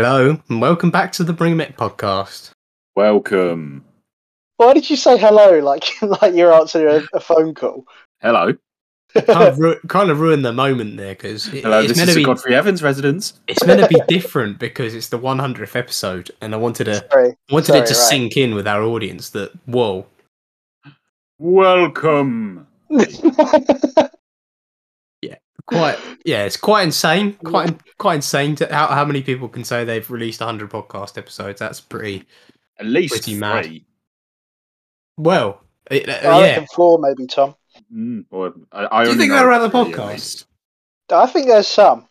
Hello, and welcome back to the Bring It podcast. Welcome. Why did you say hello like like you're answering a, a phone call? Hello. Kind of, ru- kind of ruined the moment there because it, Hello, it's, this meant is to the be- Godfrey Evans residence. it's meant to be different because it's the 100th episode, and I wanted to Sorry. I wanted it to sorry, right. sink in with our audience that whoa, Welcome. quite yeah, it's quite insane, quite quite insane to how how many people can say they've released 100 podcast episodes. That's pretty At least Pretty three. mad. well. It, uh, I yeah, reckon four maybe, Tom. Mm, or, I, I do you only think know they're around the three, at podcast? least. I think there's some.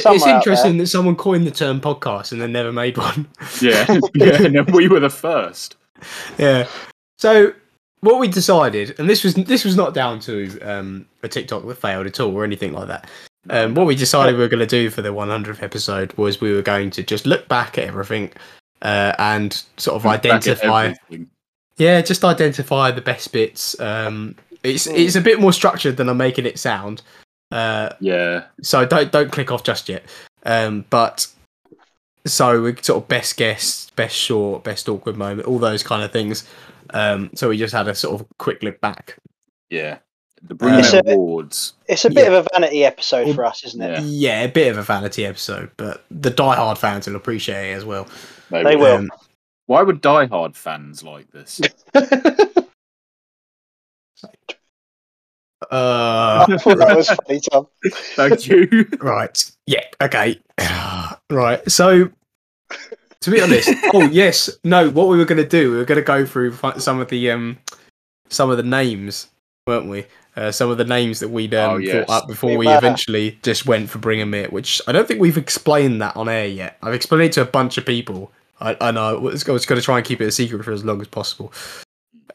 somewhere It's out interesting that someone coined the term podcast and then never made one. Yeah, yeah. and then we were the first. yeah. So what we decided, and this was this was not down to um, a TikTok that failed at all or anything like that. Um, what we decided we were going to do for the 100th episode was we were going to just look back at everything uh, and sort of Back at identify, everything. yeah, just identify the best bits. Um, it's Hmm. it's a bit more structured than I'm making it sound. Uh, Yeah. so don't don't click off just yet. Um, but so we sort of best guess, best short, best awkward moment, all those kind of things. Um, so we just had a sort of quick look back. Yeah. Uh, The Brilliant It's a- Awards. It's a bit Yeah. of a vanity episode Well, for us, isn't Yeah. it? Yeah, a bit of a vanity episode, but the diehard fans will appreciate it as well. They will. Um, Why would Die Hard fans like this? uh, I thought that was funny, Tom. Thank you. right. Yeah. Okay. right. So. To be honest, oh yes, no. What we were going to do, we were going to go through fi- some of the um, some of the names, weren't we? Uh, some of the names that we'd um, Oh, yes. thought up before We we were. eventually just went for Bring 'Em It, which I don't think we've explained that on air yet. I've explained it to a bunch of people. I, I know I was, I was going to try and keep it a secret for as long as possible.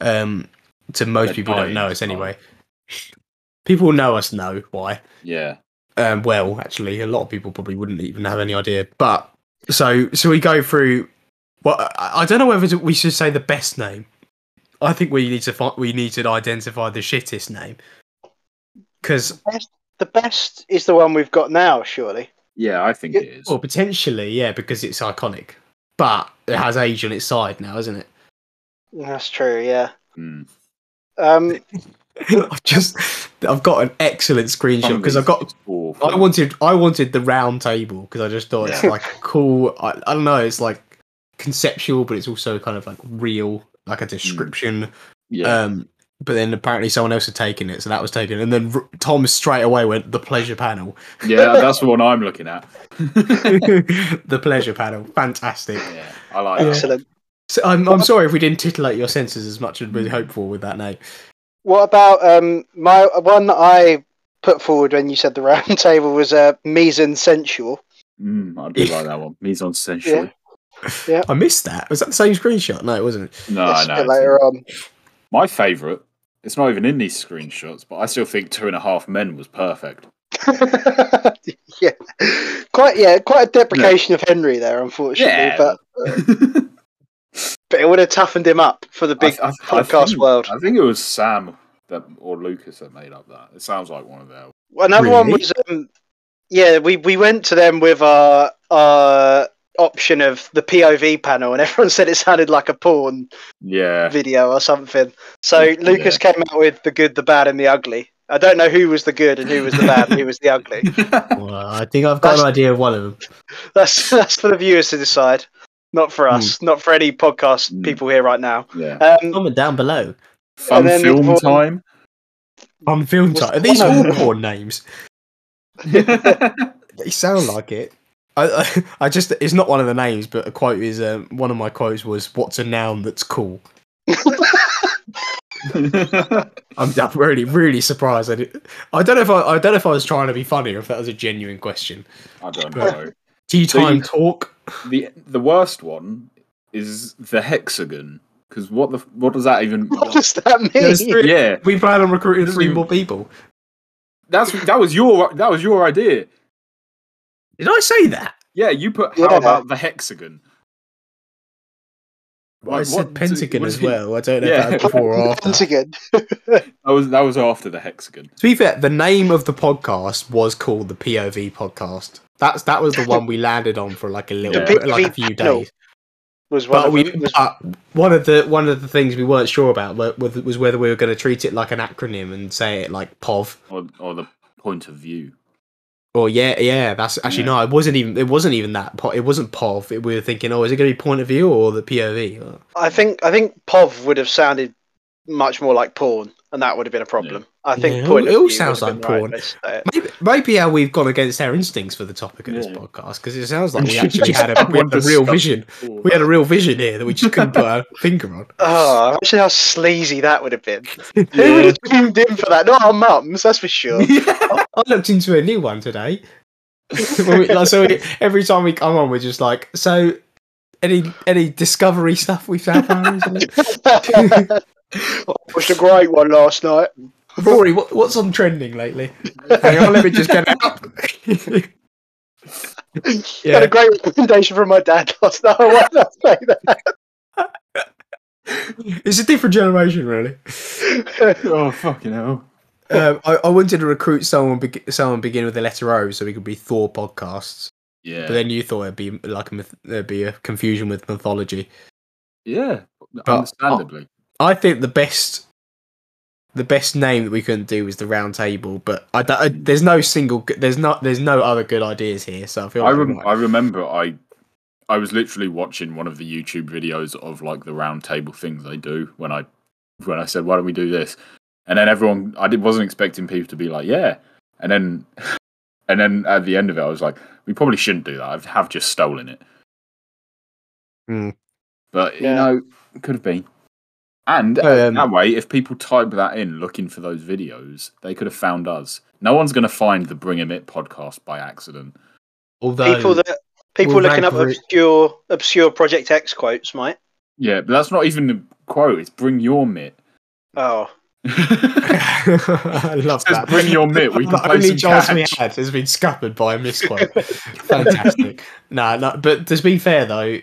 Um, to most They're people, don't dying know to us find. anyway. People who know us know why. Yeah. Um, well, actually, a lot of people probably wouldn't even have any idea. But so, so we go through. Well, I, I don't know whether we should say the best name. I think we need to find, we need to identify the shittest name because The best is the one we've got now, surely. Yeah, I think it is. well, potentially, yeah, because it's iconic, but it has age on its side now, isn't it? That's true, yeah. Mm. Um, I've just I've got an excellent screenshot because I've got It's awful. I wanted I wanted the round table because I just thought it's Yeah. like a cool. I, I don't know. It's like conceptual, but it's also kind of like real, like a Mm. description. Yeah. Um, but then apparently someone else had taken it, so that was taken. And then R- Tom straight away went the pleasure panel, yeah, that's the one I'm looking at. the pleasure panel, fantastic. Yeah, I like that. excellent. So I'm I'm sorry if we didn't titillate your senses as much as we hoped for with that name. What about um, my one that I put forward when you said the round table was uh, mise and sensual? Mm, I do like that one. Mise en sensual. Yeah. I missed that. Was that the same screenshot? No, it wasn't. No, That's a no. bit it's- later on. My favourite. It's not even in these screenshots, but I still think Two and a Half Men was perfect. yeah, quite yeah, quite a deprecation of Henry there, unfortunately. Yeah. But but it would have toughened him up for the big I- I- I podcast think- world. I think it was Sam that, or Lucas that made up that. It sounds like one of their. Another one Really? was um, yeah, we we went to them with our our option of the POV panel, and everyone said it sounded like a porn Yeah. video or something. So Yeah. Lucas came out with the good, the bad, and the ugly. I don't know who was the good and who was the bad and who was the ugly. Well, I think I've got an That's- idea of one of them. That's that's for the viewers to decide, not for us, not for any podcast Hmm. people here right now. yeah. Um, Comment down below. Fun and then film the- time. On film What's time. the Are these one all over? porn names? They sound like it. I, I, I just, it's not one of the names, but a quote is, um, one of my quotes was, what's a noun that's cool? I'm, I'm really, really surprised. I, did, I don't know if I, I don't know if I was trying to be funny or if that was a genuine question. I don't know. Tea So you- time talk. The the worst one is the hexagon because what the what does that even? What does that mean? There's three- yeah. We plan on recruiting three Hmm. more people. That's that was your that was your idea. Did I say that? Yeah, you put Yeah. how about the hexagon? I Like, said what do- pentagon what as do you- well. I don't know Yeah. if that was before or after. Once again, That was that was after the hexagon. To be fair, the name of the podcast was called the POV podcast. That's that was the one we landed on for like a little, The bit, like a POV few panel. days. was one But of we, them. Was- but one of the one of the things we weren't sure about wa- was was whether we were going to treat it like an acronym and say it like POV or, or the point of view. Well, yeah, yeah. That's actually no. It wasn't even. It wasn't even that. po- It wasn't POV. It, we were thinking, oh, is it going to be point of view or the POV? Uh, I think I think POV would have sounded much more like porn, and that would have been a problem. I think Yeah, point it of all view sounds would have like been right porn. place to say it. Maybe, maybe how we've gone against our instincts for the topic of this Yeah. podcast because it sounds like we actually had a, we had a real vision. We had a real vision here that we just couldn't put our finger on. Oh, imagine how sleazy that would have been. Who would have tuned in for that? Not our mums, that's for sure. I looked into a new one today. When we- like, so we- every time we come on, we're just like, so any any discovery stuff we found. Barry, is it? I watched a great one last night. Rory, what, what's on trending lately? Hang on, let me just get it up. Had yeah, a great recommendation from my dad last night. Why did I say it's a different generation, really. that? Oh fucking hell! Um, I, I wanted to recruit someone, beg someone begin with the letter O, so we could be Thor podcasts. Yeah, But then you thought it'd be like a myth- there'd be a confusion with mythology. yeah, understandably. I think the best, the best name that we couldn't do was the round table. But I, don't- I- there's no single, g- there's not, there's no other good ideas here. So I feel I like rem- we're I right. remember I I was literally watching one of the YouTube videos of like the round table things they do when I when I said why don't we do this and then everyone I did, wasn't expecting people to be like yeah and then and then at the end of it I was like we probably shouldn't do that I have just stolen it Hmm. but Yeah. you know it could have been and Um, that way if people type that in looking for those videos they could have found us no one's going to find the Bring 'Em It podcast by accident although people that people We'll looking up rank for it. obscure obscure Project X quotes, mate. Yeah, but that's not even the quote. It's bring your mitt. Oh, it I love says that. bring your mitt. We can the play only some chance we catch. had has been scuppered by a misquote. Fantastic. Nah, no, but to be fair though,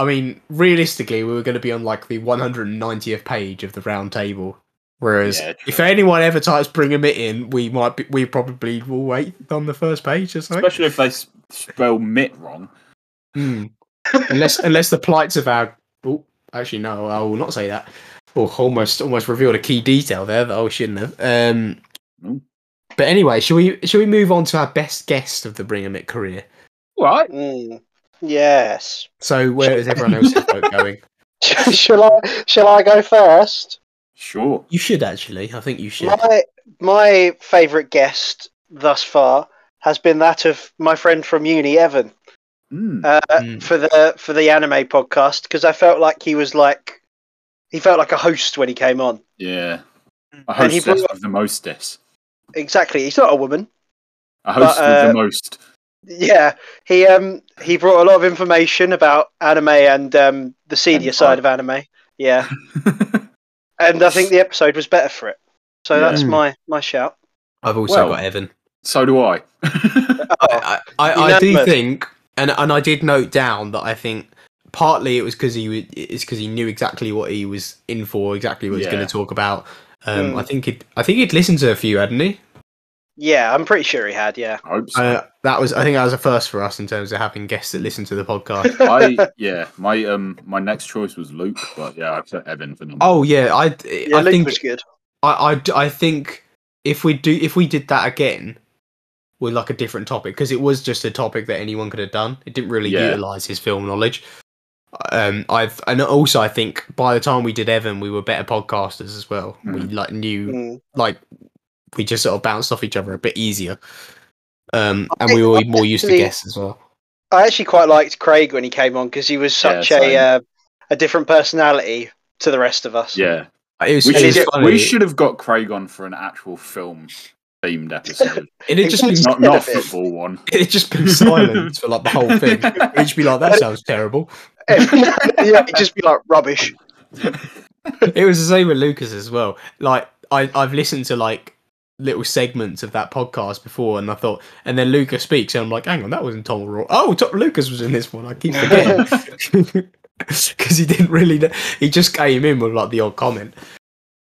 I mean, realistically, we were going to be on like the 190th page of the round table. Whereas, Yeah, if anyone ever types "bring a mitt" in, we might be, we probably will wait on the first page or something. Especially if they s- spell mitt wrong. Hmm. unless, unless the plights of our oh, actually no, I will not say that. Oh, almost, almost revealed a key detail there that I shouldn't have. Um, No. but anyway, should we should we move on to our best guest of the Bring 'Em It career? Right. mm, yes. So where is everyone else's vote going? shall I shall I go first? Sure. You should actually. I think you should. My my favourite guest thus far has been that of my friend from uni, Evan, Mm. uh, Mm. for the for the anime podcast because I felt like he was like he felt like a host when he came on. yeah. A And he hostess brought- with the mostess. Exactly, he's not a woman. A host with uh, the most. Yeah, he um he brought a lot of information about anime and um the senior And side of anime. Yeah, and I think the episode was better for it. So Yeah. that's my my shout. I've also Well- got Evan. So do I. I, I, I, I do Unanimous. think, and and I did note down that I think partly it was because he was, it's because he knew exactly what he was in for, exactly what he was Yeah. going to talk about. Um, Mm. I think it. I think he'd listened to a few, hadn't he? Yeah, I'm pretty sure he had. Yeah, I hope so. Uh, that was. I think that was a first for us in terms of having guests that listen to the podcast. I yeah. My um my next choice was Luke, but yeah, I put Evan for number. oh yeah, I yeah, I Luke think was good. I, I d- I think if we do if we did that again with like a different topic because it was just a topic that anyone could have done it didn't really Yeah. utilize his film knowledge um i've and also i think by the time we did evan we were better podcasters as well Hmm. we like knew Mm. like we just sort of bounced off each other a bit easier um I and we were think- I more used to actually- guests as well I actually quite liked Craig when he came on because he was Yeah, such same. a uh, a different personality to the rest of us. Yeah. it was, We it should, was get, funny we should have got Craig on for an actual film themed episode. it had just been, Exactly. not not a football one. it had just been silence for like the whole thing we'd just be like that sounds terrible yeah, he'd just be like rubbish. it was the same with Lucas as well. Like I, I've listened to like little segments of that podcast before, and I thought, and then Lucas speaks, and I'm like, hang on, that wasn't Tom Raw. Oh, Tom, Lucas was in this one. I keep forgetting because he didn't really. Know. He just came in with like the odd comment.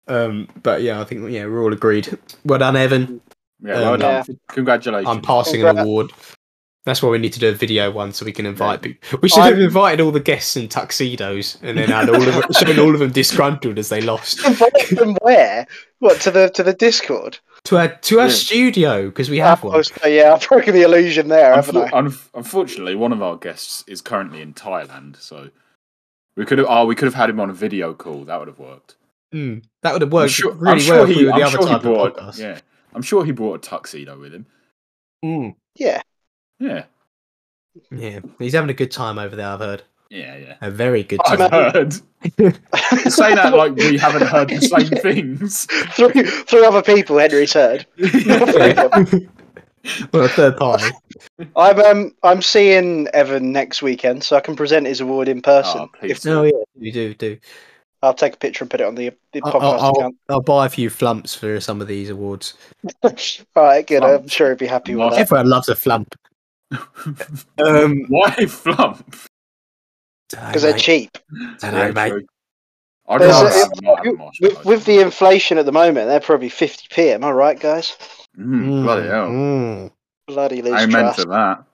Um, but yeah, I think yeah, we're all agreed. Well done, Evan. Yeah, well Um, done. Congratulations. I'm passing an Congrats. award. That's why we need to do a video one so we can invite people. We should have I'm- invited all the guests in tuxedos and then had all of them, shown all of them disgruntled as they lost Invite them where? What to the to the Discord? to our to our Yeah. studio because we have I one. was- yeah, I've broken the illusion there, haven't I? Unfor- unf- unfortunately, one of our guests is currently in Thailand, so we could have. Oh, we could have had him on a video call. That would have worked. Mm, that would have I'm worked sure, really I'm sure well if he, we were the I'm other sure he type brought. of podcast. Yeah, I'm sure he brought a tuxedo with him. Mm, Yeah. Yeah, yeah, he's having a good time over there. I've heard yeah, yeah. a very good I've time. heard. Say that like we haven't heard the same things. three three other people Henry's heard. well, a third party. I'm um I'm seeing Evan next weekend, so I can present his award in person. Oh, please if do. No, yeah, you do do. I'll take a picture and put it on the, the I- I- podcast account. I'll buy a few flumps for some of these awards. All right, good. Oh, I'm sure he'd be happy with that. Everyone loves a flump. Um, Why flump? Because they're cheap. Dunno, mate. true. I'd There's rather a- have a you- marshmallow. With, with the inflation at the moment, they're probably 50p. Am I right, guys? Mm, bloody hell. Bloody Liz Amen Truss. to that. mm.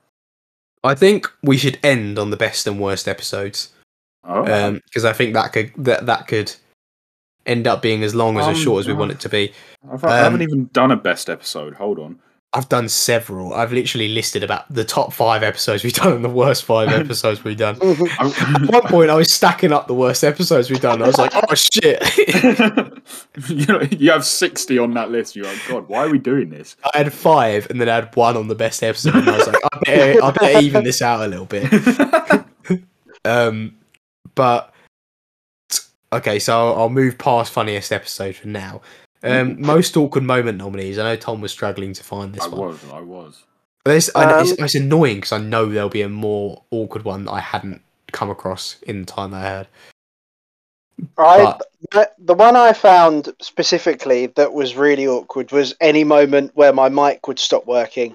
I think we should end on the best and worst episodes Oh, because I think that could that that could end up being as long as as Um, short as we uh, want it to be. I've- I haven't um, even done a best episode. Hold on. I've done several. I've literally listed about the top five episodes we've done and the worst five episodes we've done. At one point, I was stacking up the worst episodes we've done. I was like, "Oh shit!" you, know, you have 60 on that list. You're like, God, why are we doing this? I had five, and then I had one on the best episode. And I was like, "I better, I better even this out a little bit." Um, but okay, so I'll, I'll move past funniest episode for now. Um, most awkward moment nominees. I know Tom was struggling to find this I one. was, I was. This, I know, it's, Um, it's annoying because I know there'll be a more awkward one that I hadn't come across in the time that I had. I, the- the one I found specifically that was really awkward was any moment where my mic would stop working.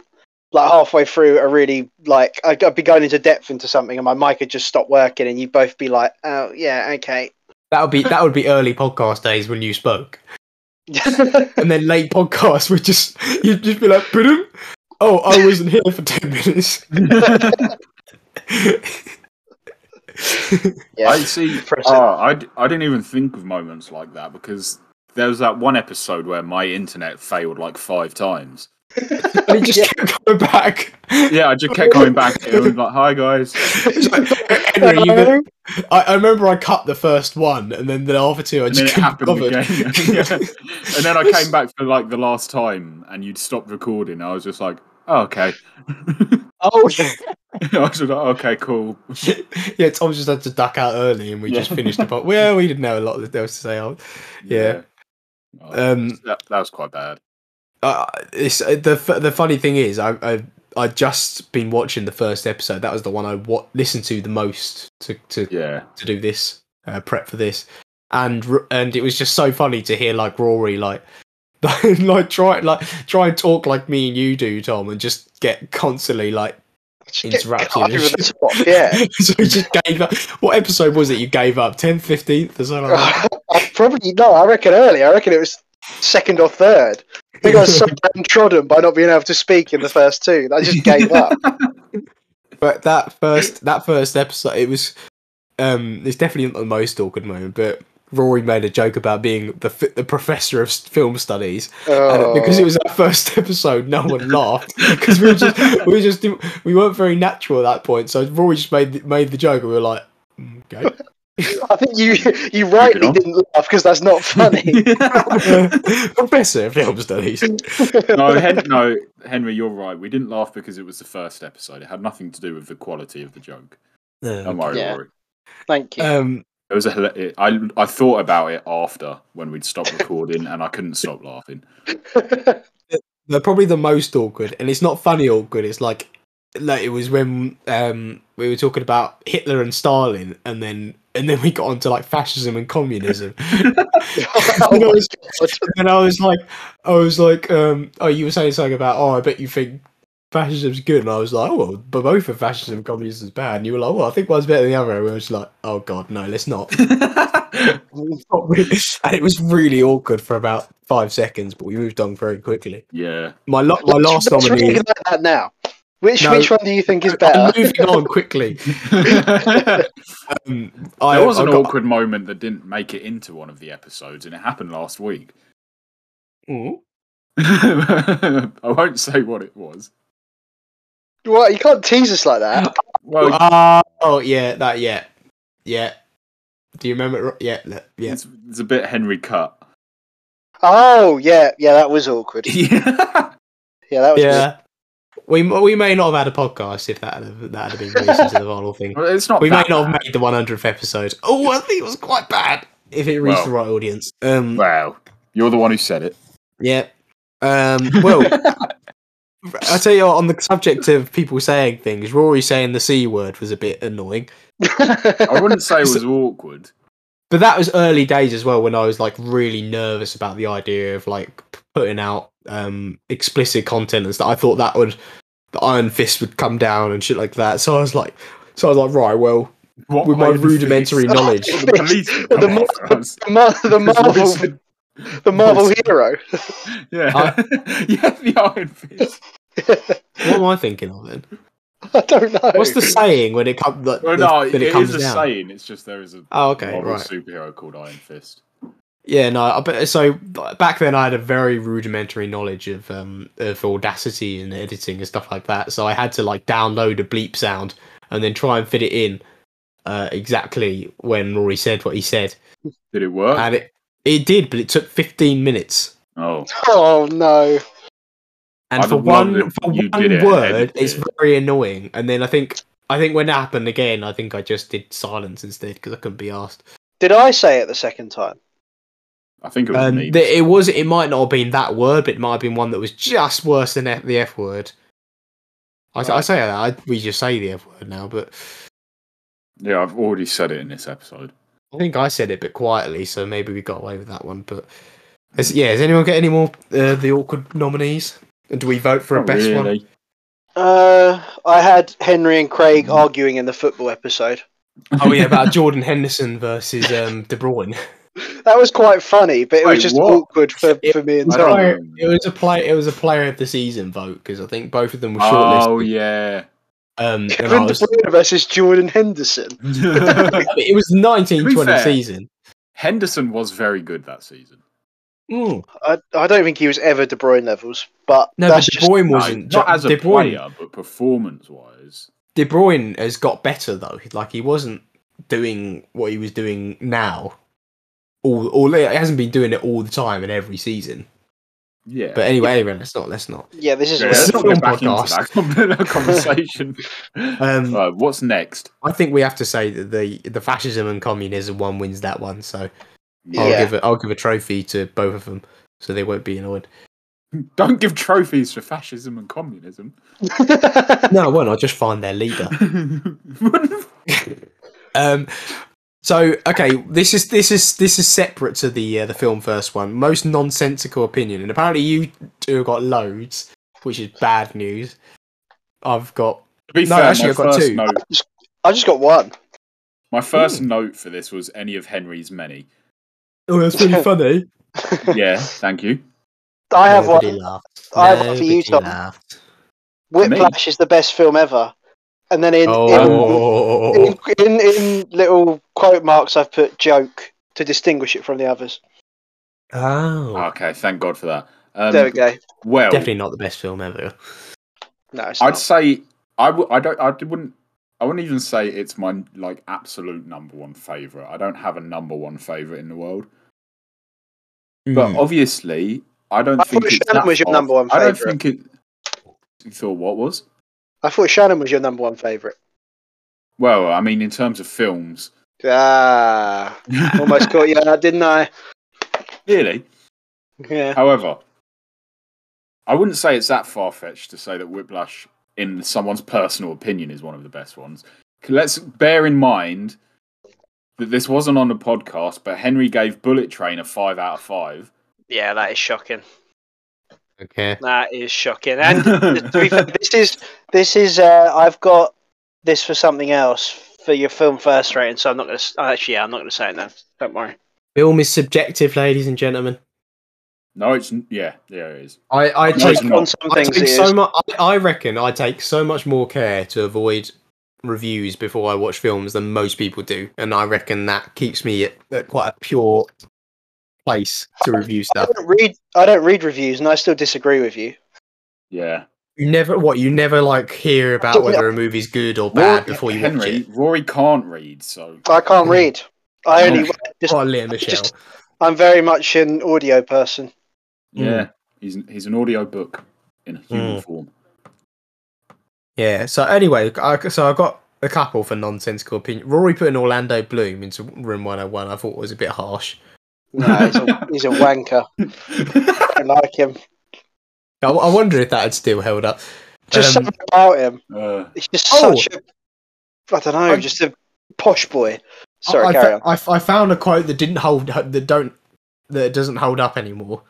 Like halfway through a really, like, I'd, I'd be going into depth into something and my mic would just stop working and you'd both be like, oh, yeah, okay. That would be that would be early podcast days when you spoke, and then late podcasts would just you'd just be like, "Boom! Oh, I wasn't here for ten minutes." yeah. I see. Impressive. Oh, I, d- I didn't even think of moments like that because there was that one episode where my internet failed like five times. and it just Yeah. kept coming back. Yeah, I just kept coming back to it and like, hi guys. It's like, Henry, you gonna- I, I remember I cut the first one, and then the other two I And then just it couldn't be happened bothered. again. Yeah. And then I came back for like the last time and you'd stopped recording. I was just like, oh, okay. Oh, I was just like, okay, cool. yeah. Tom just had to duck out early, and we just Yeah. finished the pod. Well, we didn't have a lot that else to say. Oh, Yeah. Oh, Um, that, that was quite bad. uh, it's uh, the f- the funny thing is, I I I just been watching the first episode. That was the one I wa- listened to the most to to Yeah. to do this uh, prep for this, and r- and it was just so funny to hear like Rory like like try like try and talk like me and you do, Tom, and just get constantly like interrupt you. Over the top, yeah. so you just gave up. What episode was it you gave up? 10th, 15th, or something like that? I probably no. I reckon early. I reckon it was second or third. I think I was so downtrodden by not being able to speak in the first two. that I just gave up. But that first that first episode, it was um, it's definitely not the most awkward moment, but Rory made a joke about being the f- the professor of s- film studies, and Oh. because it was our first episode, no one laughed because we were just we were just didn't- we weren't very natural at that point. So Rory just made the, made the joke, and we were like, "Mm, okay. I think you you rightly on. didn't laugh because that's not funny. professor of film studies. no, Hen- no, Henry, you're right. We didn't laugh because it was the first episode. It had nothing to do with the quality of the joke. Don't worry, Yeah. Rory. Thank you. Um, It was a, hila- it- I, I thought about it after when we'd stopped recording and I couldn't stop laughing. Uh, they're probably the most awkward, and it's not funny awkward. It's like, like it was when um we were talking about Hitler and Stalin, and then and then we got onto like fascism and communism. Oh And I my was- God. and I was like, I was like, um, oh, you were saying something about, oh, I bet you think fascism's good, and I was like, oh, well, but both of fascism and communism's bad, and you were like, well, I think one's better than the other, and we were just like, oh god, no, let's not. Oh Let's not really- and it was really awkward for about five seconds, but we moved on very quickly. yeah. My lo- my last Let's nominee, reenact that now. Which No. which one do you think is I'm better? moving on quickly. there Um, I, was I an got- awkward moment that didn't make it into one of the episodes, and it happened last week. Mm. I won't say what it was. What you can't tease us like that. Well, Oh yeah, that yeah, yeah. Do you remember? it ro- Yeah, look, yeah. it's, it's a bit Henry cut. Oh yeah, yeah, that was awkward. yeah. Yeah, that was yeah. We m- we may not have had a podcast if that had, that had been reason to the vinyl thing. Well, it's not. We may that not have bad. made the 100th episode. Oh, I think it was quite bad if it reached Well. the right audience. Um, Well, you're the one who said it. yeah. Um, well, I tell you what, on the subject of people saying things, Rory saying the c word was a bit annoying. I good. wouldn't say it was awkward. But that was early days as well when I was like really nervous about the idea of like p- putting out um explicit content and stuff. I thought that would the Iron Fist would come down and shit like that. So I was like, so I was like, right, well, What with my iron fist? rudimentary knowledge, The police would The come mo- after us. the, Mar- the Because Marvel, Royce would- the Marvel Royce- hero. Yeah. I- yeah, the Iron Fist. what am I thinking of then? I don't know. What's the saying when it comes like, Well, no, when it, it comes is a down? saying. It's just there is a Oh, okay, Marvel right. superhero called Iron Fist. Yeah, no, I bet so b- back then I had a very rudimentary knowledge of um of Audacity and editing and stuff like that. So I had to like download a bleep sound and then try and fit it in uh, exactly when Rory said what he said. Did it work? And it it did, but it took 15 minutes. oh, Oh no! And I'd for have loved one it for if you one did it and word, edited it's it. very annoying. And then I think I think when that happened again, I think I just did silence instead because I couldn't be asked. Did I say it the second time? I think it was Um, me. th- it was. It might not have been that word, but it might have been one that was just worse than F- the F word. I, I say that I, we just say the F word now, but yeah, I've already said it in this episode. I think I said it, but quietly, so maybe we got away with that one. But has, yeah, has anyone got any more uh, the awkward nominees? And do we vote for a Not best one? really. Uh, I had Henry and Craig Mm-hmm. arguing in the football episode. Oh yeah, about Jordan Henderson versus um, De Bruyne. That was quite funny, but it Wait, was just what? awkward for, It- for me and I don't Tom. Player- remember. it was a play. It was a player of the season vote because I think both of them were shortlisted. Oh yeah. um, and I Kevin De was- Bruyne versus Jordan Henderson. it was nineteen twenty fair. season. Henderson was very good that season. Mm. I, I don't think he was ever De Bruyne levels, but No, that's but De just Bruyne No, wasn't. not as a De Bruyne, player, but performance-wise. De Bruyne has got better though. Like he wasn't doing what he was doing now. All, all he hasn't been doing it all the time in every season. Yeah. But anyway, anyway, let's not. Let's not. yeah. This is yeah, it's let's a not get film back podcast. into that con- conversation. Um, Right, what's next? I think we have to say that the the fascism and communism one wins that one. So I'll Yeah. give a, I'll give a trophy to both of them, so they won't be annoyed. Don't give trophies to fascism and communism. No, I won't. I'll just find their leader. Um, so okay, this is this is this is separate to the uh, the film first one. Most nonsensical opinion, and apparently you two have got loads, which is bad news. I've got To be No, fair, actually, my I've got first two. note, I just got one. my first note for this was any of Henry's many. oh, that's really funny. Yeah, thank you. I have Nobody one. Laughed. I have one for you, Nobody Tom. laughed. Whiplash is the best film ever, and then in Oh, in, in, in in little quote marks, I've put joke to distinguish it from the others. oh, Okay, thank God for that. Um, there we go. Well, definitely not the best film ever. No, it's I'd not. say I w- I don't I wouldn't I wouldn't even say it's my like absolute number one favorite. I don't have a number one favorite in the world, but Mm. obviously I don't I think thought it's Shannon that was your far- number one I don't favourite. think it. You thought what was? I thought Shannon was your number one favorite. Well, I mean, in terms of films, Ah, almost caught you out, didn't I? really. Yeah. However, I wouldn't say it's that far fetched to say that Whiplash, in someone's personal opinion, is one of the best ones. 'Cause Let's bear in mind that this wasn't on the podcast, but Henry gave Bullet Train a five out of five. Yeah, that is shocking. Okay, That is shocking. And to be fair, this is this is uh, I've got this for something else for your film first rating, so I'm not gonna. s- oh, Actually, yeah, I'm not gonna say it now. Don't worry. film is subjective, ladies and gentlemen. No, it's yeah, yeah, it is. I, I No, take it's not. on some I things. take it so is. much. I, I reckon I take so much more care to avoid reviews before I watch films than most people do, and I reckon that keeps me at, at quite a pure place to review I stuff. don't read. I don't read reviews, and I still disagree with you. Yeah, You never what you never like hear about whether a movie's good or bad before you watch Henry, it. Rory can't read, so I can't read. I only. Just, Oh, Leah Michelle. just- I'm very much an audio person. Hmm. yeah, he's he's an audio book in human form. Yeah. So anyway, I, so I got a couple for nonsensical opinion. Rory putting Orlando Bloom into room 101, I thought was a bit harsh. No, he's a, he's a wanker. Hmm. I don't like him. I, I wonder if that had still held up. Just Um, something about him. Uh, He's just Oh. such a. I don't know. I'm- just a posh boy. I- Sorry, I, carry fo- on. I f- I found a quote that didn't hold that don't that doesn't hold up anymore.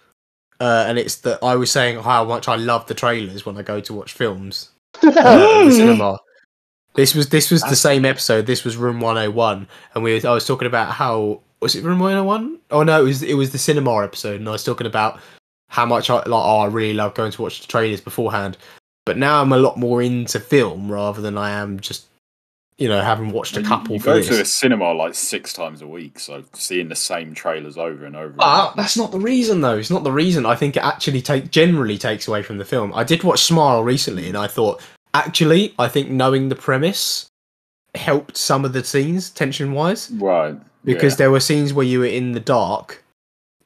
Uh, and it's that I was saying how much I love the trailers when I go to watch films uh, at the cinema. This was this was the same episode. This was Room 101, and we were, I was talking about how was it Room 101? Oh no, it was it was the cinema episode, and I was talking about how much I like. Oh, I really love going to watch the trailers beforehand. But now I'm a lot more into film rather than I am just, you know, having watched a you- couple. You for go this. to a cinema like six times a week, so seeing the same trailers over and over. But Ah. again. that's not the reason, though. It's not the reason. I think it actually take generally takes away from the film. I did watch Smile recently, and I thought actually, I think knowing the premise helped some of the scenes tension wise right because there were scenes where you were in the dark,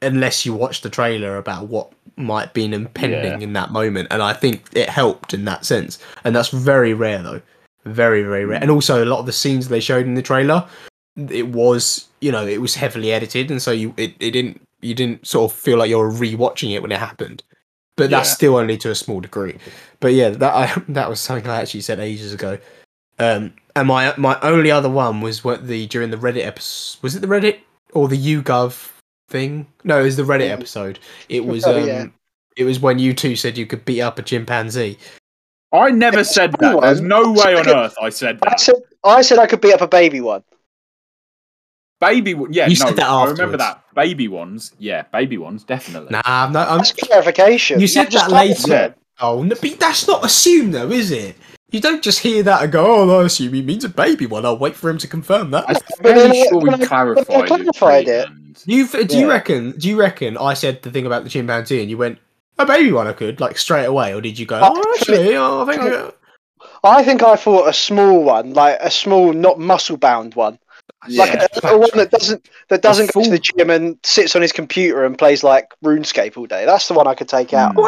unless you watched the trailer about what might be impending in that moment, and I think it helped in that sense. And that's very rare, though. Very, very rare. And also, a lot of the scenes they showed in the trailer it was you know it was heavily edited and so you it, it didn't you didn't sort of feel like you were rewatching it when it happened but that's Yeah. still only to a small degree but yeah that I, that was something i actually said ages ago um and my my only other one was what the during the reddit episode was it the reddit or the YouGov thing no it was the reddit Mm. episode it was Oh, um yeah. it was when you two said you could beat up a chimpanzee yeah. I never said that. There's no way on earth I said I that. said. I said I could beat up a baby one. Baby, one- yeah, You no, said that I remember afterwards. that. Baby ones, yeah, baby ones, definitely. nah i'm not i'm That's clarification. You said just that like- later. Yeah, Oh, no, but that's not assume though, is it? You don't just hear that and go, "Oh, no, I assume he means a baby one." I'll wait for him to confirm that. I'm But fairly then- sure we but then- clarified, but then I clarified it. beforehand. You f- do you Yeah. reckon? Do you reckon I said the thing about the chimpanzee and you went, "A baby one, I could," like straight away, or did you go, I "Oh, actually, oh, I think I got-" I think I thought a small one, like a small, not muscle-bound one, like Yeah. a, a one that doesn't that doesn't go to full- the gym and sits on his computer and plays like RuneScape all day. That's the one I could take out. Hmm.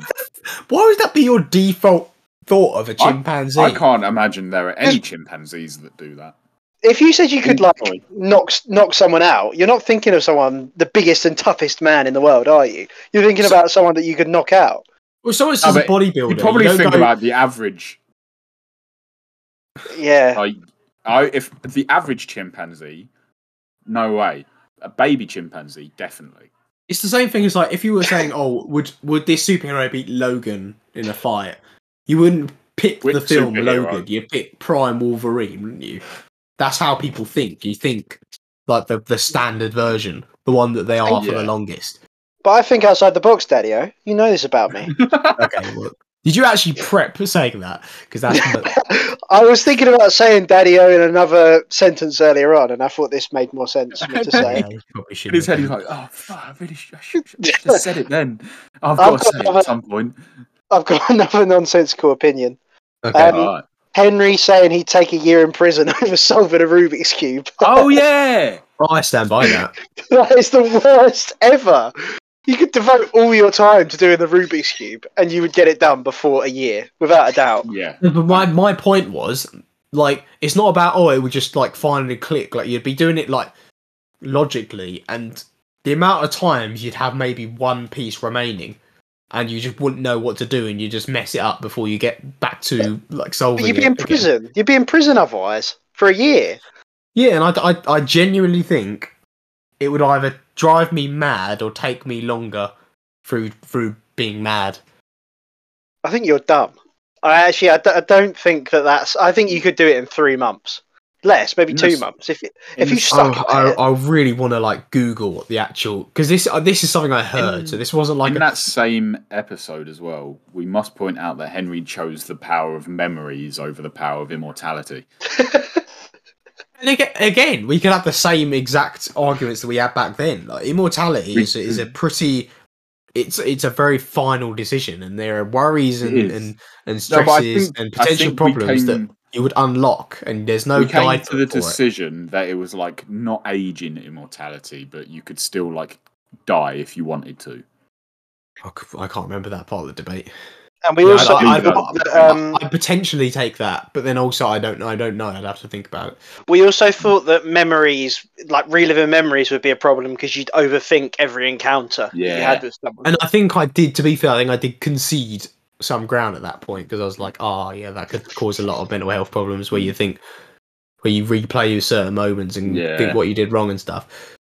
Why would that be your default thought of a I- chimpanzee? I can't imagine there are any chimpanzees that do that. If you said you could like Sorry. knock knock someone out, you're not thinking of someone the biggest and toughest man in the world, are you? You're thinking So- about someone that you could knock out. well, someone No, says a but bodybuilder. You probably don't think go- about the average. Yeah, Like, I, if the average chimpanzee, no way. A baby chimpanzee, definitely. It's the same thing as like if you were saying, "Oh, would would this superhero beat Logan in a fight?" You wouldn't pick Which the film superhero? Logan. You pick Prime Wolverine, wouldn't you? That's how people think. You think like the the standard version, the one that they are for Oh, Yeah. the longest. but I think outside the box, Daddy-O. You know this about me. Okay. well, did you actually prep for saying that? Because that's I was thinking about saying Daddy-O in another sentence earlier on, and I thought this made more sense for me to say. yeah, you probably In his shouldn't. have head, he's done. like, oh, fuck, I really should, I should, should have said it then. I've I've got to got say it another- at some point. I've got another nonsensical opinion. Okay. Um, Alright. Henry saying he'd take a year in prison over solving a Rubik's cube. Oh, yeah! Well, I stand by that. that is the worst ever. You could devote all your time to doing the Rubik's cube, and you would get it done before a year, without a doubt. Yeah. No, But my my point was, like, it's not about oh, it would just like finally click. Like you'd be doing it like logically, and the amount of times you'd have maybe one piece remaining, and you just wouldn't know what to do, and you just mess it up before you get back to like solving. But you'd be it in again. prison. You'd be in prison otherwise for a year. Yeah, and I, I I genuinely think it would either drive me mad or take me longer through through being mad. I think you're dumb. I actually, I, d- I don't think that that's. I think you could do it in three months. less, maybe In two this- months. If you, in if you this- stuck Oh, it I, there, I really want to like Google what the actual because this uh, this is something I heard. Mm. so this wasn't like in a, that same episode as well, we must point out that Henry chose the power of memories over the power of immortality. And aga- again, we could have the same exact arguments that we had back then. Like immortality We is, is a pretty, it's it's a very final decision, and there are worries and is. and, and No, but I stresses think- and I potential think we problems that came- you would unlock, and there's no we came guide to the for it. decision that it was like not age in immortality, but you could still like die if you wanted to. I c- I can't remember that part of the debate. and we Yeah, also I- I- I thought that, I- um, I potentially take that, but then also I don't know. I don't know. I'd have to think about it. we also thought that memories, like reliving memories, would be a problem because you'd overthink every encounter you Yeah. had with someone. And I think I did. To be fair, I think I did concede some ground at that point because I was like, "Ah, yeah, that could cause a lot of mental health problems where you think, where you replay certain moments and Yeah. think what you did wrong and stuff."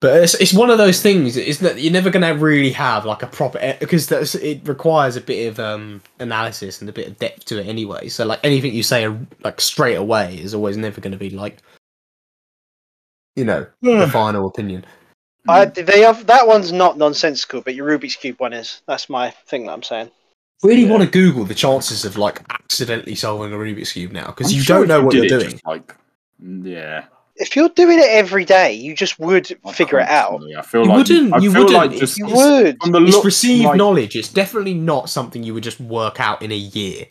But it's, it's one of those things, isn't it? You're never gonna really have like a proper because that's, it requires a bit of um, analysis and a bit of depth to it anyway. So like anything you say like straight away is always never gonna be like, you know, the final opinion. I, Mm. they have that one's not nonsensical, but your Rubik's cube one is. That's my thing that I'm saying. really Yeah. want to Google the chances of like accidentally solving a Rubik's cube now because I'm you sure don't if know what did you're it doing. just, like, mm, yeah, If you're doing it every day, you just would like, figure it out. constantly. I feel You like wouldn't- I you feel wouldn't like if just You It's- would. from the It's look, received like- knowledge. It's definitely not something you would just work out in a year.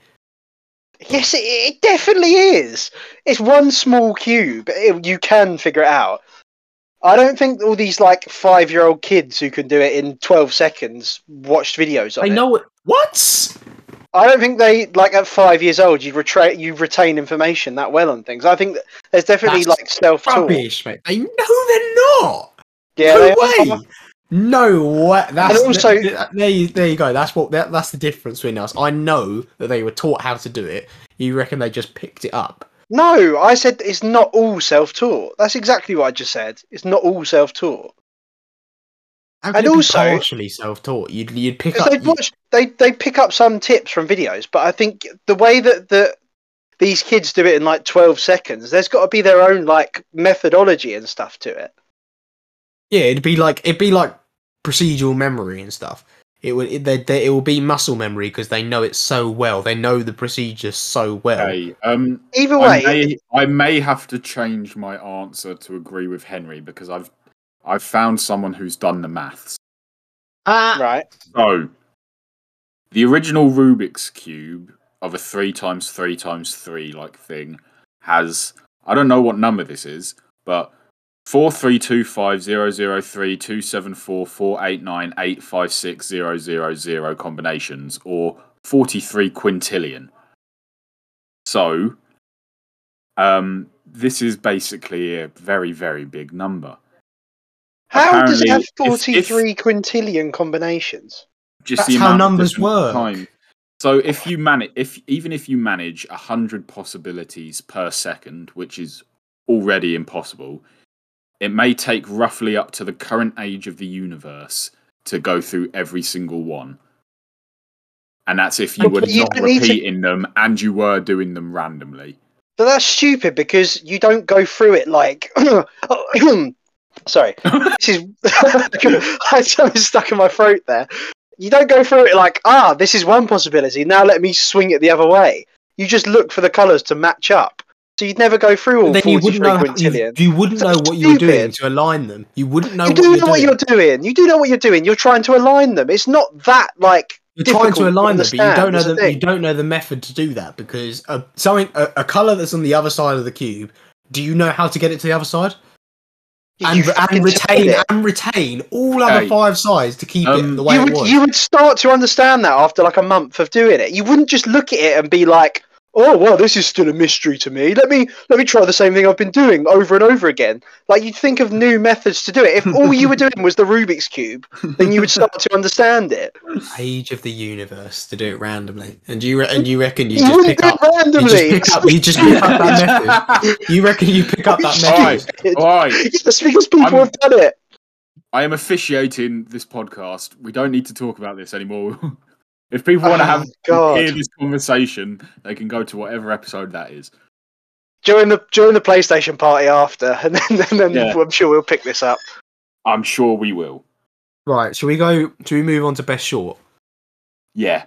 Yes, it, it definitely is. It's one small cube. It- you can figure it out. I don't think all these like five-year-old kids who can do it in twelve seconds watched videos of I it. know it. What? I don't think they like at five years old you retra- you retain information that well on things. I think that there's definitely That's like self-taught. Rubbish, mate. They, no, they're not. Yeah, no they- way. No way. That's And also- th- th- there. You, there you go. That's what. That, that's the difference between us. I know that they were taught how to do it. You reckon they just picked it up? No, I said it's not all self-taught. That's exactly what I just said. It's not all self-taught. How And could it be also- partially self-taught. You'd you'd pick Because up. they watch, they they pick up some tips from videos, but I think the way that that these kids do it in like 12 seconds, there's got to be their own like methodology and stuff to it. Yeah, it'd be like it'd be like procedural memory and stuff. It would it, they, they, it will be muscle memory because they know it so well. They know the procedure so well. okay, um, Either I way, may, I may have to change my answer to agree with Henry because I've I've found someone who's done the maths. Ah, right? So the original Rubik's cube of a three times three times three like thing has I don't know what number this is, but four three two five zero zero three two seven four four eight nine eight five six zero zero zero combinations or forty three quintillion. So um this is basically a very, very big number. How does it have apparently, if- if- 43 quintillion combinations? just That's the how amount of numbers different work. So if you manage, if even if you manage hundred possibilities per second, which is already impossible, it may take roughly up to the current age of the universe to go through every single one. And that's if you But were you not don't need to- repeating them and you were doing them randomly. But that's stupid because you don't go through it like. Sorry, this is I had something stuck in my throat there. You don't go through it like, ah, this is one possibility. Now let me swing it the other way. You just look for the colours to match up. So you'd never go through all then you wouldn't 43 know. how- You, quintillion. you wouldn't Oh, So know what you were doing stupid. to align them. You wouldn't know you what do you're know what doing. you're doing. You do know what you're doing. You're trying to align them. It's not that like You're trying to difficult to align them, but you don't understand, know is the the, you thing. don't know the method to do that because uh, something a, a color that's on the other side of the cube. Do you know how to get it to the other side and, you fucking and retain tied it. and retain all other Okay. five sides to keep it Um, the way you it would was? you would start to understand that after like a month of doing it. You wouldn't just look at it and be like, "Oh well, this is still a mystery to me. Let me let me try the same thing I've been doing over and over again." Like you'd think of new methods to do it. If all you were doing was the Rubik's cube, then you would start to understand it. age of the universe to do it randomly, and you re- and you reckon you You, just wouldn't pick do it up, you just randomly. pick up, you just pick up that method. You reckon you pick up that Alright, method. alright. Yes, because people I'm- have done it. I am officiating this podcast. We don't need to talk about this anymore. if Uh, people want to Oh, have God. hear this conversation, they can go to whatever episode that is. during the during the PlayStation party after, and then and then Yeah. I'm sure we'll pick this up. I'm sure we will. Right, shall we go? Shall we move on to best short? Yeah.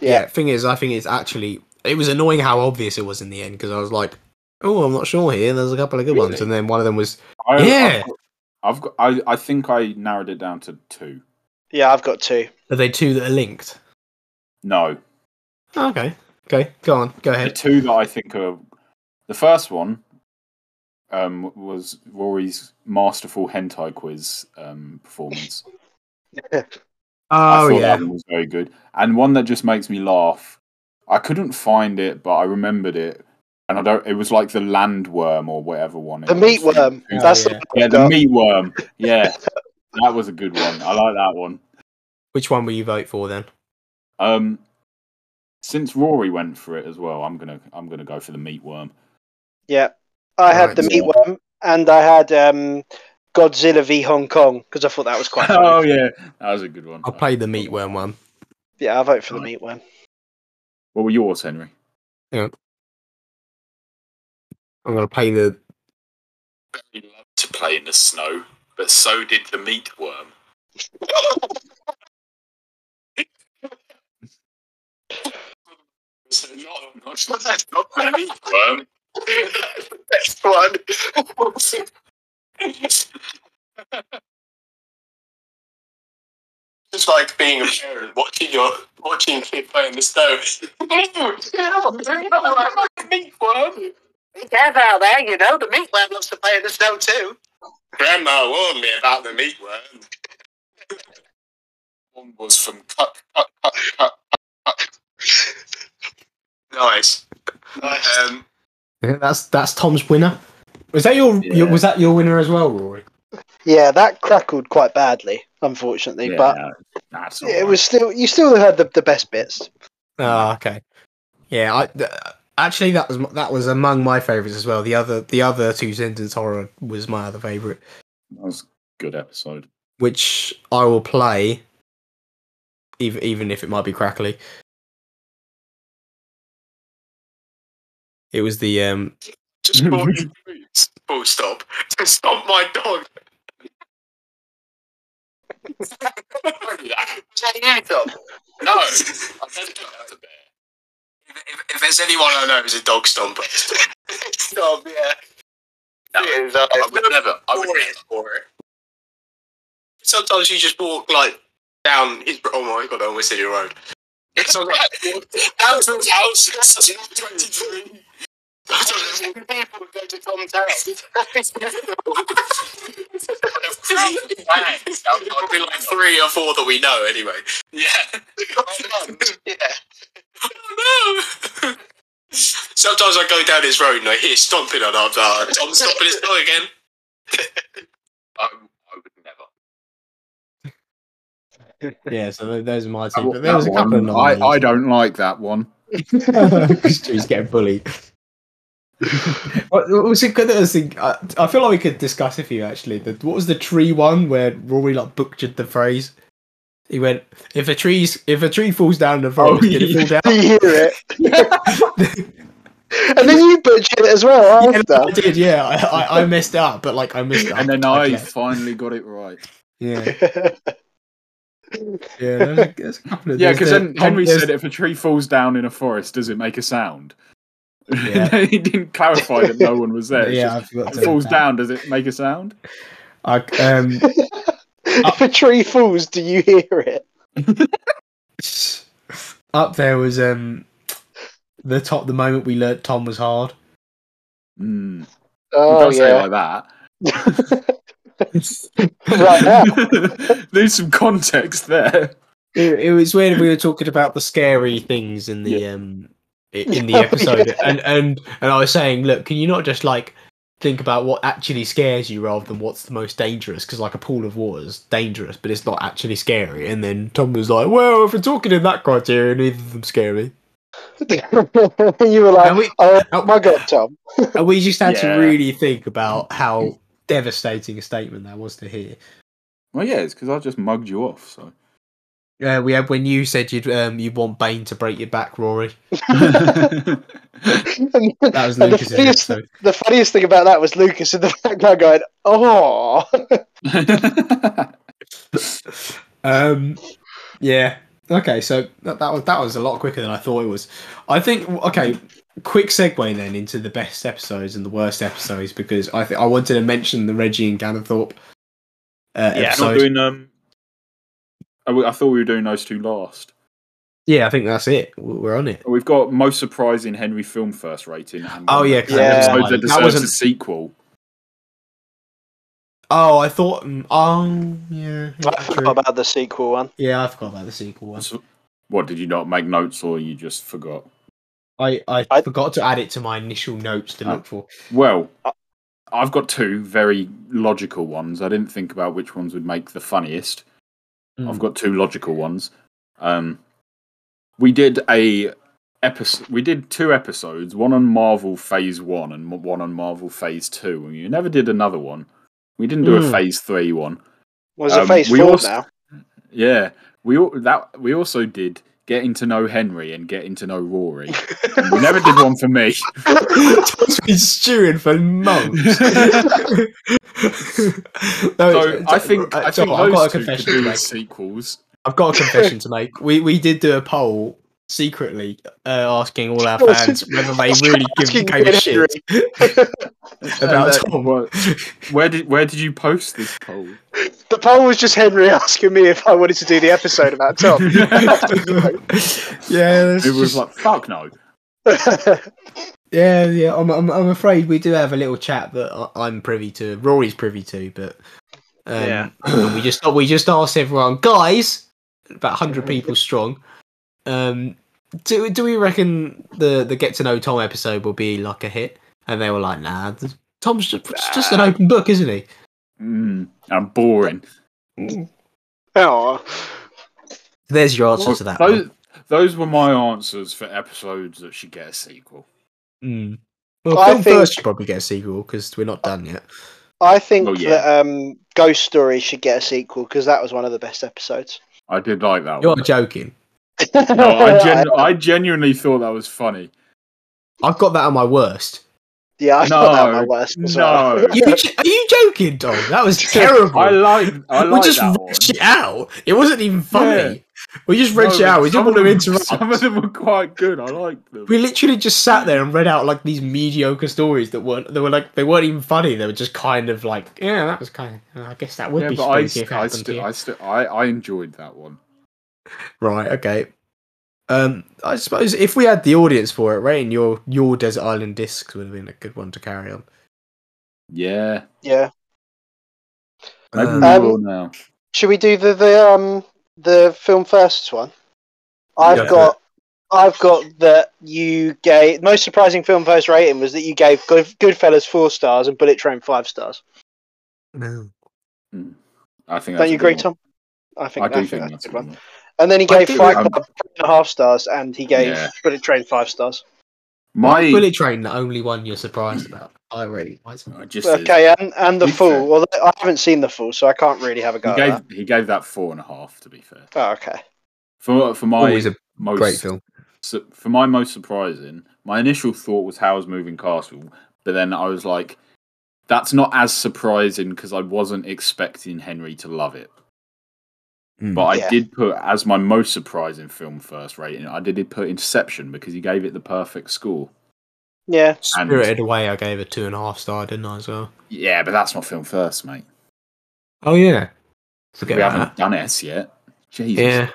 Yeah. Thing is, I think it's actually it was annoying how obvious it was in the end because I was like, oh, I'm not sure here. There's a couple of good ones, Really? and then one of them was I, Yeah. I've got, I've got I, I think I narrowed it down to two. Yeah, I've got two. are they two that are linked? No. Oh, okay, okay, go on, go The ahead. two that I think are the first one um, was Rory's masterful hentai quiz um, performance. I Oh thought yeah, that one was very good. And one that just makes me laugh. I couldn't find it, but I remembered it. And I don't. It was like the landworm or whatever one. It The was. meat worm. Oh, That's the yeah. one I've Yeah, the got. meat worm. Yeah, that was a good one. I like that one. which one will you vote for then? Um, since Rory went for it as well, I'm gonna I'm gonna go for the meat worm. Yeah, I had Right, the so- meat worm, and I had um, Godzilla v Hong Kong because I thought that was quite. Funny. oh yeah, that was a good one. I played the meatworm one. Yeah, I vote for the Right. meat worm. What were yours, Henry? I'm gonna play the. He loved to play in the snow, but so did the meat worm. so not, not, that's not the meat worm. That's one. It's like being a parent watching your watching a kid play in the snow. meatworm. Get out there, you know the meatworm loves to play in the snow too. Grandma warned me about the meatworm. One was from cut cut cut cut cut. nice. nice. Um, Yeah, That's that's Tom's winner. Was that your, your Yeah. was that your winner as well, Rory? Yeah, that crackled quite badly, unfortunately, but that's all it right. was still you still had the, the best bits. Oh, okay. Yeah, I th- actually that was m- that was among my favourites as well. The other the other two sentence horror was my other favourite, That was a good episode. which I will play, even even if it might be crackly. It was the um. just bought you boots. Full stop. To stop my dog. Was that you, Tom? No. I said dog to bear. If, if, if there's anyone I know who's a dog stomper, it's Tom. Tom, yeah. It is, uh, I would never. I would never. For it. Sometimes you just walk like down. His, oh my god! I almost said your road. Sometimes you walk down to his house. It's twenty-three. People go to Tom's house. I'll be like three or four that we know anyway. Yeah. yeah. Oh no. Sometimes I go down this road and I hear stomping and I'm like, Tom's stomping his dog again. I, I would never. Yeah, so th- those are my That two. But one- there was a that couple of one, I, I nominees. don't like that one. Stu's getting bullied. what, what was it? Good that was the, I, I feel like we could discuss if you actually. The, what was the tree one where Rory like butchered the phrase? He went, "If a tree's if a tree falls down in the forest, Oh, did it fall You down?" hear it, and then you butchered it as well And after. I did, yeah. I, I, I messed up, but like I missed up. And then I I guess. finally got it right. yeah, yeah. There's a, there's a couple of Yeah, there's because the- then Henry there's- said if a tree falls down in a forest, does it make a sound? Yeah. he didn't clarify that no one was there. It's Yeah, just, I forgot if to it falls down, does it make a sound? I, um, if a tree falls, do you hear it? up there was um the top the moment we learnt Tom was hard. Mm. Oh don't say yeah, it like that. right now. There's some context there. It, it was weird we were talking about the scary things in the Yeah. Oh, um i- in the episode, and and and I was saying, look, can you not just like think about what actually scares you rather than what's the most dangerous? Because like a pool of water is dangerous, but it's not actually scary. And then Tom was like, well, if we're talking in that criteria, neither of them scare me. you were like, And we- oh Oh. my god, Tom. And we just had Yeah. to really think about how devastating a statement that was to hear. Well, yeah, it's because I just mugged you off. So uh, we had when you said you'd um, you want Bane to break your back, Rory. That was And the Lucas's funniest- episode. The funniest thing about that was Lucas in the background going, "Oh, Um, yeah. Okay, so that, that was that was a lot quicker than I thought it was. I think okay, quick segue then into the best episodes and the worst episodes because I think I wanted to mention the Reggie and Ganthorpe uh, yeah, episode. not doing um. I, w- I thought we were doing those two last. yeah, I think that's it. W- We're on it. We've got most surprising Henry film first rating. And Oh, yeah, 'cause Yeah. episodes that that deserves a wasn't- sequel. Oh, I thought. Um, oh, yeah. Yeah, I true. forgot about the sequel one." Yeah, I forgot about the sequel one. So- What did you not make notes or you just forgot? I, I, I- forgot to add it to my initial notes to look for. Well, I've got two very logical ones. I didn't think about which ones would make the funniest. I've Mm. got two logical ones. Um, we did a episode. We did two episodes, one on Marvel Phase One and mo- one on Marvel Phase Two, and you never did another one. We didn't do a Mm. Phase Three one. Was Um, it Phase we Four also- now? Yeah, we al- that we also did getting to know Henry and getting to know Rory. And we never did one for me. It's been stewing for months. No, So it's- I think uh, I Tom, think I've got a those two could confession to do make. with sequels. I've got a confession to make. We we did do a poll secretly uh, asking all our I was- fans whether I they was really give asking gave a Henry. shit about And, uh, Tom. where- Where did where did you post this poll? The poll was just Henry asking me if I wanted to do the episode about Tom. yeah, that's It was just- like fuck no. yeah, yeah. I'm, I'm I'm afraid we do have a little chat that I- I'm privy to. Rory's privy to, but um, Yeah. but we just we just asked everyone, guys, about hundred people strong. Um, do do we reckon the the get to know Tom episode will be like a hit? And they were like, nah, th- Tom's just, just an open book, isn't he? Mm, I'm boring. oh, There's your answer Well, to that. one. Those, those were my answers for episodes that should get a sequel. Mm. Well, I film think- first should probably get a sequel because we're not done yet. I think Oh, yeah. that um, Ghost Story should get a sequel because that was one of the best episodes. I did like that You're one. joking. No, I, gen- I genuinely thought that was funny. I've got that on my worst. yeah, I thought that was my No, worst as well. No, You, are you joking, Tom? That was terrible. I like I we like just that read one. shit out. It wasn't even funny. We just read No, shit out. We didn't some want to of them- Some of interrupt. them were quite good. I liked them. We literally just sat there and read out like these mediocre stories that weren't. They were like they weren't even funny. They were just kind of like, yeah, that was kind of. I guess that would yeah, be but I, spooky if it I, happened to sti- you. I, sti- I, I enjoyed that one. Right. Okay. Um, I suppose if we had the audience for it, rating your your desert island discs would have been a good one to carry on. Yeah, Yeah. maybe Um, we Um, will now. Should we do the the um the film first one? I've Yeah. got I've got that you gave most surprising film first rating was that you gave Good Goodfellas four stars and Bullet Train five stars. no. I think. Don't that's you a good agree, one. Tom? I think, I do I think that's a good one. one. And then he I gave do- Fight um, Club three and a half stars, and he gave Yeah. Bullet Train five stars. My bullet train, the only one you're surprised about. I rate. Why is it- I just Okay, and, and the Big Fool. fan. Well, I haven't seen the Fool, so I can't really have a go. He At gave that. he gave that four and a half. To be fair, Oh, okay. for for my Always a most great film. su- for my most surprising, my initial thought was How's Moving Castle, but then I was like, that's not as surprising because I wasn't expecting Henry to love it. Hmm. But I Yeah. did put as my most surprising film first rating. I did put Inception because he gave it the perfect score. Yeah. And- Spirited Away, I gave a two and a half star, didn't I, as well? Yeah, but that's not film first, mate. Oh, yeah. Forget we about haven't that. done S yet. Jesus. Yeah.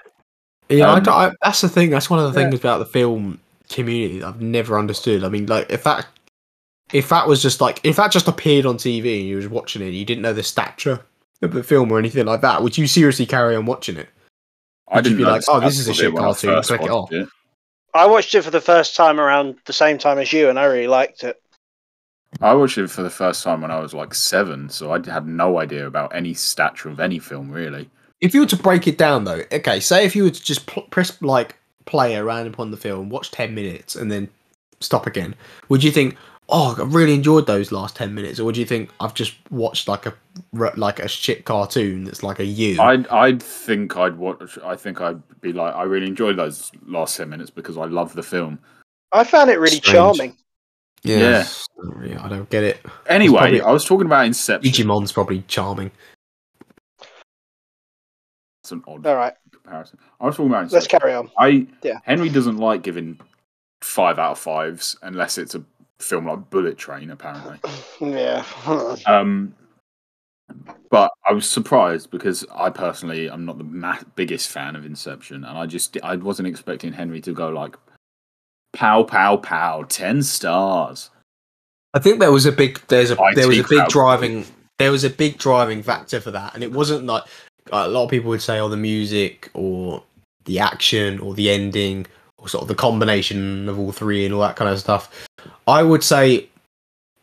Yeah, I Um, don't- I- that's the thing. That's one of the Yeah. things about the film community that I've never understood. I mean, like, if that. If that was just like, if that just appeared on TV and you was watching it, and you didn't know the stature of the film or anything like that, would you seriously carry on watching it? I You'd didn't be know like, oh, this is a about shit it when I cartoon, first click it watched off. it. I watched it for the first time around the same time as you, and I really liked it. I watched it for the first time when I was like seven, so I had no idea about any stature of any film really. If you were to break it down, though, okay, say if you were to just pl- press like play around upon the film, watch ten minutes, and then stop again, would you think, "Oh, I really enjoyed those last ten minutes," or would you think I've just watched like a re- like a shit cartoon that's like a you? I'd, I'd think I'd watch. I think I'd be like, I really enjoyed those last ten minutes because I love the film. I found it really Strange. charming. yeah. it's- yeah, I don't get it. Anyway, probably- I was talking about Inception. Digimon's probably charming. It's an odd All right, comparison. I was talking about let's Inception. carry on. I Yeah. Henry doesn't like giving five out of fives unless it's a film like Bullet Train, apparently. Yeah. Um, but I was surprised because I personally am not the ma- biggest fan of Inception, and I just I wasn't expecting Henry to go like pow pow pow ten stars. I think there was a big there's a IT there was a big crowd. driving there was a big driving factor for that, and it wasn't like a lot of people would say, "Oh, the music or the action or the ending or sort of the combination of all three and all that kind of stuff." I would say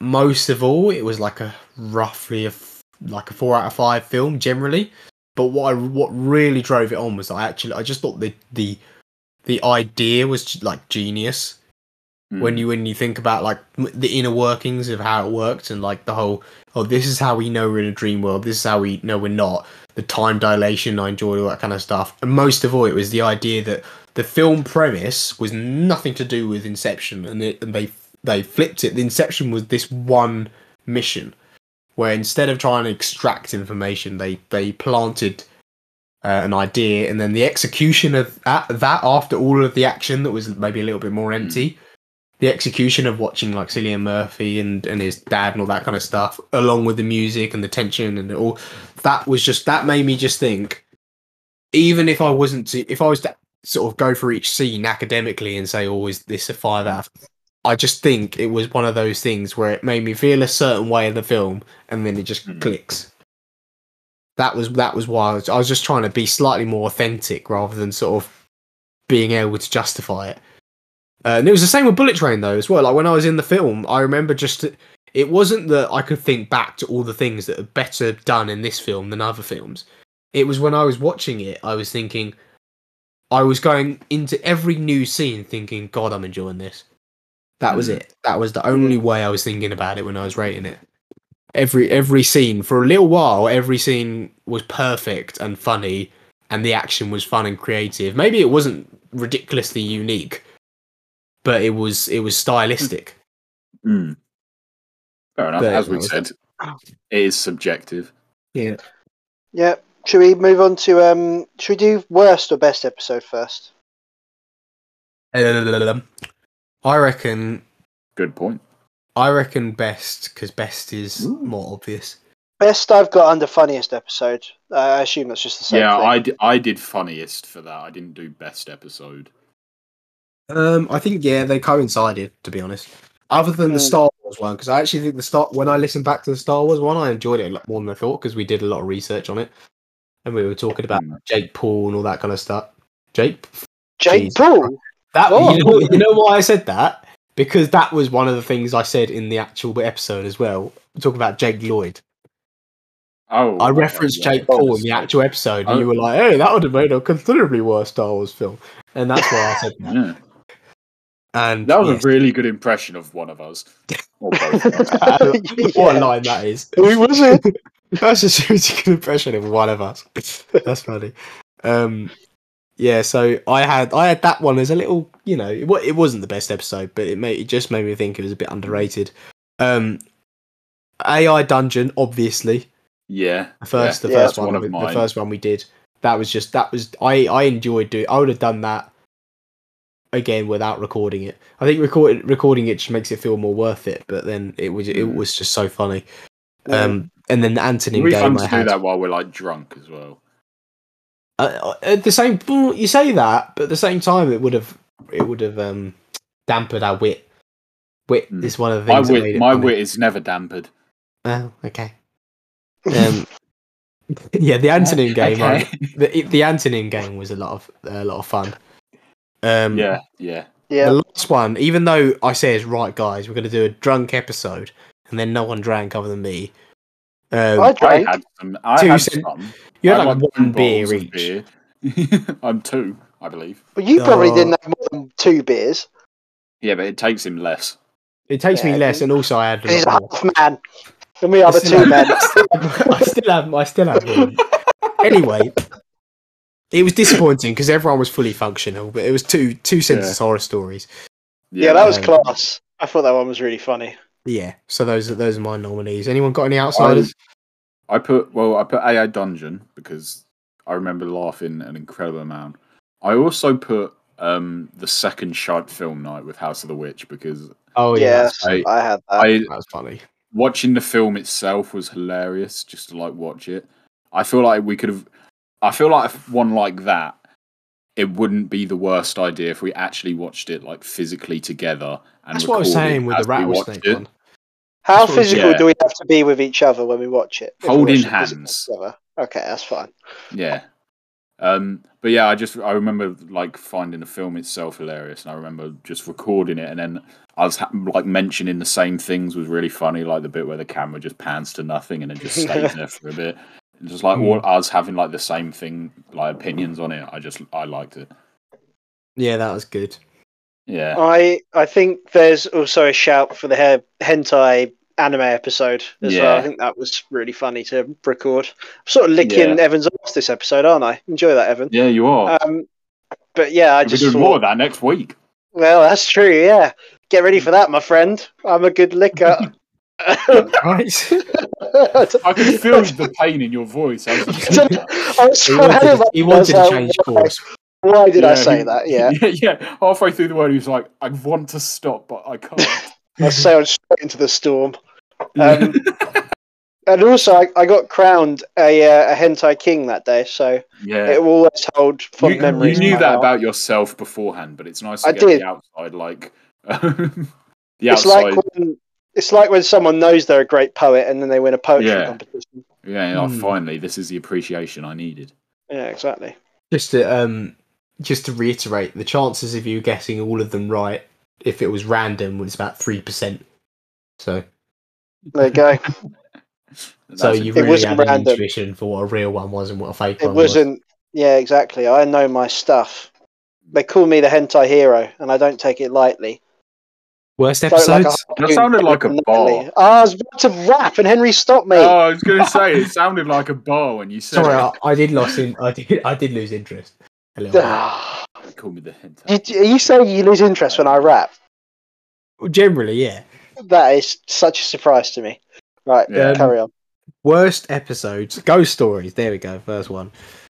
most of all, it was like a roughly a f- like a four out of five film generally. But what I, what really drove it on was I actually I just thought the the the idea was like genius Mm. when you when you think about like m- the inner workings of how it worked and like the whole oh this is how we know we're in a dream world this is how we know we're not the time dilation I enjoyed all that kind of stuff and most of all it was the idea that the film premise was nothing to do with Inception and, it, and they they flipped it the Inception was this one mission where instead of trying to extract information they they planted uh, an idea and then the execution of at that after all of the action that was maybe a little bit more empty the execution of watching like Cillian Murphy and, and his dad and all that kind of stuff, along with the music and the tension and it all that was just that made me just think. Even if I wasn't to, if I was to sort of go for each scene academically and say, "Oh, is this a five out?" of-" I just think it was one of those things where it made me feel a certain way in the film, and then it just Mm. clicks. That was that was why I was, I was just trying to be slightly more authentic rather than sort of being able to justify it. Uh, and it was the same with Bullet Train though as well. Like when I was in the film, I remember just it wasn't that I could think back to all the things that are better done in this film than other films. It was when I was watching it, I was thinking, I was going into every new scene thinking, God, I'm enjoying this. That was Mhm. it. That was the only way I was thinking about it when I was rating it. Every every scene for a little while, every scene was perfect and funny, and the action was fun and creative. Maybe it wasn't ridiculously unique, but it was it was stylistic. Mm. Fair enough. There, As that we was- said, it is subjective. Yeah. yeah. Should we move on to um? Should we do worst or best episode first? I reckon Good point. I reckon best because best is Ooh. more obvious. Best I've got under funniest episode. I assume that's just the same. yeah, thing. I, di- I did funniest for that. I didn't do best episode. Um, I think yeah, they coincided to be honest. Other than the Mm. Star Wars one, because I actually think the Star when I listened back to the Star Wars one, I enjoyed it a lot more than I thought because we did a lot of research on it, and we were talking about Mm. Jake Paul and all that kind of stuff. Jake, Jake Jeez. Paul. that Oh. you, know, you know why I said that because that was one of the things I said in the actual episode as well. Talking about Jake Lloyd, Oh, I okay, referenced yeah. Jake Paul in the actual episode, and you Oh. were like, "Hey, that would have made a considerably worse Star Wars film," and that's why I said that. Yeah. And That was yes, a really good impression of one of us. Or both of us. what a Yeah. line that is. Who was it? That's a pretty good impression of one of us. That's funny. Um, yeah, so I had I had that one as a little, you know, it, wa- it wasn't the best episode, but it made it just made me think it was a bit underrated. Um, AI Dungeon, obviously, Yeah. the first the Yeah, first that's one, one of we- the mine. first one we did. That was just that was I I enjoyed doing. I would have done that again without recording it. I think record, recording it just makes it feel more worth it. But then it was it Mm. was just so funny. Um, and then the Anthony We game fun I to had. do that while we're like drunk as well. Uh, uh, at the same well, you say that, but at the same time, it would have it would have um, dampened our wit. Wit Mm. is one of the My things. that made wit, it my funny. wit is never dampered. Oh, okay. Um, yeah, the Antonym game. I- the the Antonym game was a lot of a lot of fun. Um, yeah, yeah. yeah. The last one, even though I say it's right, guys, we're going to do a drunk episode, and then no one drank other than me. Um, I I drank. had some. I Two had cent- some. you had I like want two one beer bottles each. of beer. I'm two, I believe. Well, you probably Oh. didn't have more than two beers. Yeah, but it takes him less. It takes Yeah, me less, and also I had a He's a lot more. half man. And we are the two men. I still have. I still have one. anyway, it was disappointing because everyone was fully functional, but it was two two census horror stories. Yeah, that was Um, class. I thought that one was really funny. Yeah. So those are those are my nominees. Anyone got any outsiders? I put well, I put AI Dungeon because I remember laughing an incredible amount. I also put um the second shite film night with House of the Witch because oh yeah, yeah, that's- I I had that. I that was funny. watching the film itself was hilarious just to like watch it. I feel like we could have I feel like if one like that it wouldn't be the worst idea if we actually watched it like physically together and That's what I was recorded saying with the as we watched rattlesnake it. one. How that's what we- physical yeah. do we have to be with each other when we watch it? If we Holding watch it physically hands. together. Okay, that's fine. Yeah. Um, but yeah, I just I remember like finding the film itself hilarious, and I remember just recording it, and then I was ha- like mentioning the same things was really funny, like the bit where the camera just pans to nothing and it just stays there for a bit. And just like Hmm. all I was having like the same thing, like opinions on it. I just I liked it. Yeah, that was good. Yeah, I I think there's also a shout for the he- hentai anime episode as well. Yeah. I think that was really funny to record. I'm sort of licking Yeah. Evan's ass this episode, aren't I? Enjoy that, Evan. yeah, you are. Um, but yeah, I We'll be just doing thought, more of that next week. well, that's true. Yeah, get ready for that, my friend. I'm a good licker. Right. I can feel the pain in your voice. as you said that. I'm he sorry, wanted, that he wanted to was- change course. Why did I Yeah, say he- that? Yeah, yeah, yeah. Halfway through the word, he was like, "I want to stop, but I can't." I sailed straight into the storm. Um, and also, I, I got crowned a, uh, a hentai king that day, so yeah, it will always hold fond you, you memories. in knew my that heart. about yourself beforehand, but it's nice to I get did. the outside, like the It's outside. like when it's like when someone knows they're a great poet and then they win a poetry Yeah. competition. yeah, yeah, Hmm. finally, this is the appreciation I needed. Yeah, exactly. Just to um, just to reiterate, the chances of you getting all of them right, if it was random, was about three percent. So, There you go. so That's you it. really wasn't had an random. intuition for what a real one was and what a fake It one was. wasn't. Yeah, exactly. I know my stuff. They call me the hentai hero, and I don't take it lightly. Worst Don't like a episodes. That sounded like a harpoon, Ah, bar. I was about to rap, and Henry stopped me. Oh, I was going to say it sounded like a bar when you said. Sorry, it. I, I did lost in. I did. I did lose interest. A little Ah. bit. Call me the hint. you, you say you lose interest when I rap. Well, Generally, yeah. That is such a surprise to me. Right, Yeah. carry on. Worst episodes. Ghost stories. There we go. First one.